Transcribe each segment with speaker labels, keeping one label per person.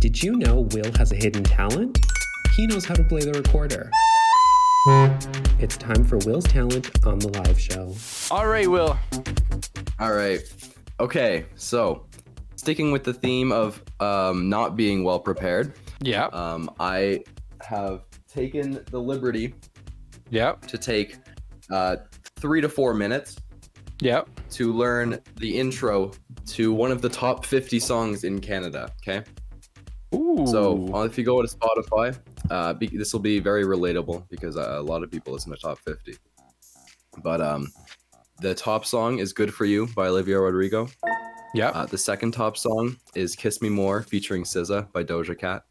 Speaker 1: Did you know Will has a hidden talent? He knows how to play the recorder. It's time for Will's talent on the live show.
Speaker 2: All right, Will.
Speaker 3: All right. Okay. So, sticking with the theme of um, not being well prepared,
Speaker 2: Yeah.
Speaker 3: um, I have taken the liberty
Speaker 2: Yep.
Speaker 3: to take uh, three to four minutes
Speaker 2: Yep.
Speaker 3: to learn the intro to one of the top 50 songs in Canada. Okay.
Speaker 2: Ooh.
Speaker 3: So uh, if you go to Spotify, uh, be, this will be very relatable because uh, a lot of people listen to top 50. But um, the top song is "Good for You" by Olivia Rodrigo.
Speaker 2: Yep.
Speaker 3: Uh, the second top song is "Kiss Me More" featuring SZA by Doja Cat.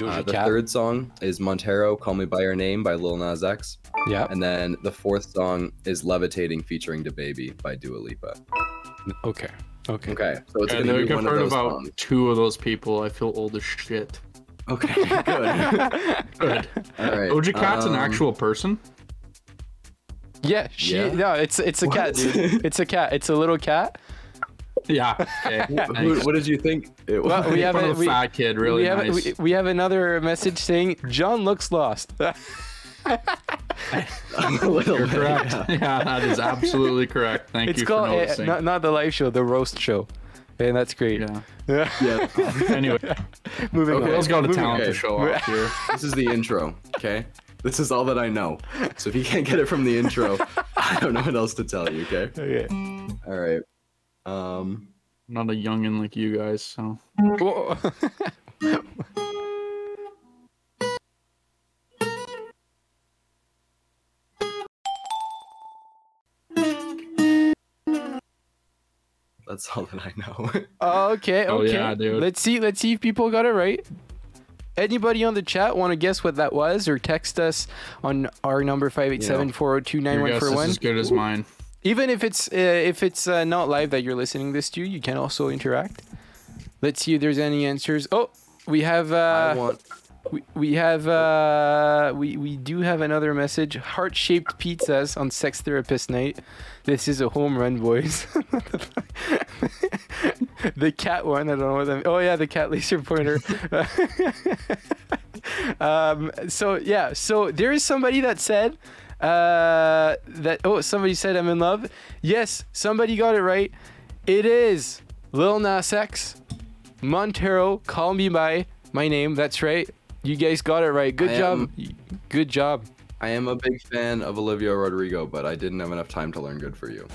Speaker 2: Doja
Speaker 3: Uh, the
Speaker 2: Cat.
Speaker 3: third song is "Montero Call Me by Your Name" by Lil Nas X,
Speaker 2: Yep.
Speaker 3: and then the fourth song is "Levitating" featuring DaBaby by Dua Lipa.
Speaker 2: Okay. Okay.
Speaker 3: Okay, so it's
Speaker 4: I
Speaker 3: gonna
Speaker 4: know
Speaker 3: be
Speaker 4: you've
Speaker 3: one of
Speaker 4: heard
Speaker 3: those
Speaker 4: about
Speaker 3: songs.
Speaker 4: two of those people. I feel old as shit.
Speaker 3: Okay, good.
Speaker 4: Good.
Speaker 3: All right.
Speaker 4: Doja Cat's an
Speaker 3: um,
Speaker 4: actual person.
Speaker 2: Yeah. She.
Speaker 3: Yeah.
Speaker 2: No. It's it's a cat,
Speaker 3: What?
Speaker 2: dude. It's a cat. It's a little cat.
Speaker 4: Yeah. Okay.
Speaker 3: Who, what did you think? It was?
Speaker 2: Well, we have
Speaker 4: One
Speaker 2: a,
Speaker 4: of the
Speaker 2: we,
Speaker 4: fat kid, really
Speaker 2: we have
Speaker 4: nice.
Speaker 2: we, we have another message saying John looks lost.
Speaker 3: a little
Speaker 4: You're
Speaker 3: bit,
Speaker 4: correct.
Speaker 3: yeah.
Speaker 4: Yeah. that is absolutely correct. Thank
Speaker 2: it's
Speaker 4: you
Speaker 2: called
Speaker 4: for
Speaker 2: eh,
Speaker 4: noticing.
Speaker 2: not not the live show, the roast show, and that's great.
Speaker 4: yeah.
Speaker 2: Yeah.
Speaker 3: Yeah.
Speaker 4: Anyway,
Speaker 2: Moving
Speaker 3: Okay.
Speaker 2: on.
Speaker 4: Will's got a
Speaker 2: Moving
Speaker 4: talent
Speaker 3: okay.
Speaker 4: to show off here.
Speaker 3: This is the intro, okay? This is all that I know. So if you can't get it from the intro, I don't know what else to tell you, okay?
Speaker 2: Okay.
Speaker 3: All right. Um
Speaker 4: I'm not a youngin like you guys, so
Speaker 2: Whoa.
Speaker 3: that's all that I know.
Speaker 2: Okay, okay.
Speaker 4: Oh, yeah, dude.
Speaker 2: Let's see let's see if people got it right. Anybody on the chat want to guess what that was or text us on our number
Speaker 4: your guess is as
Speaker 2: 587-402-9141.
Speaker 4: good as mine.
Speaker 2: Even if it's uh, if it's uh, not live that you're listening this to, you can also interact. Let's see if there's any answers. Oh, we have
Speaker 3: I
Speaker 2: uh
Speaker 3: want
Speaker 2: we, we have uh we we do have another message. Heart-shaped pizzas on sex therapist night. This is a home run, boys. the cat one. I don't know what that. Oh yeah, the cat laser pointer. um. So yeah. So there is somebody that said uh that oh somebody said I'm in love. Yes, somebody got it right. It is Lil Nas X, Montero. Call me by my name. That's right. You guys got it right. Good
Speaker 3: I
Speaker 2: job. Good job.
Speaker 3: I am a big fan of Olivia Rodrigo, but I didn't have enough time to learn good for you.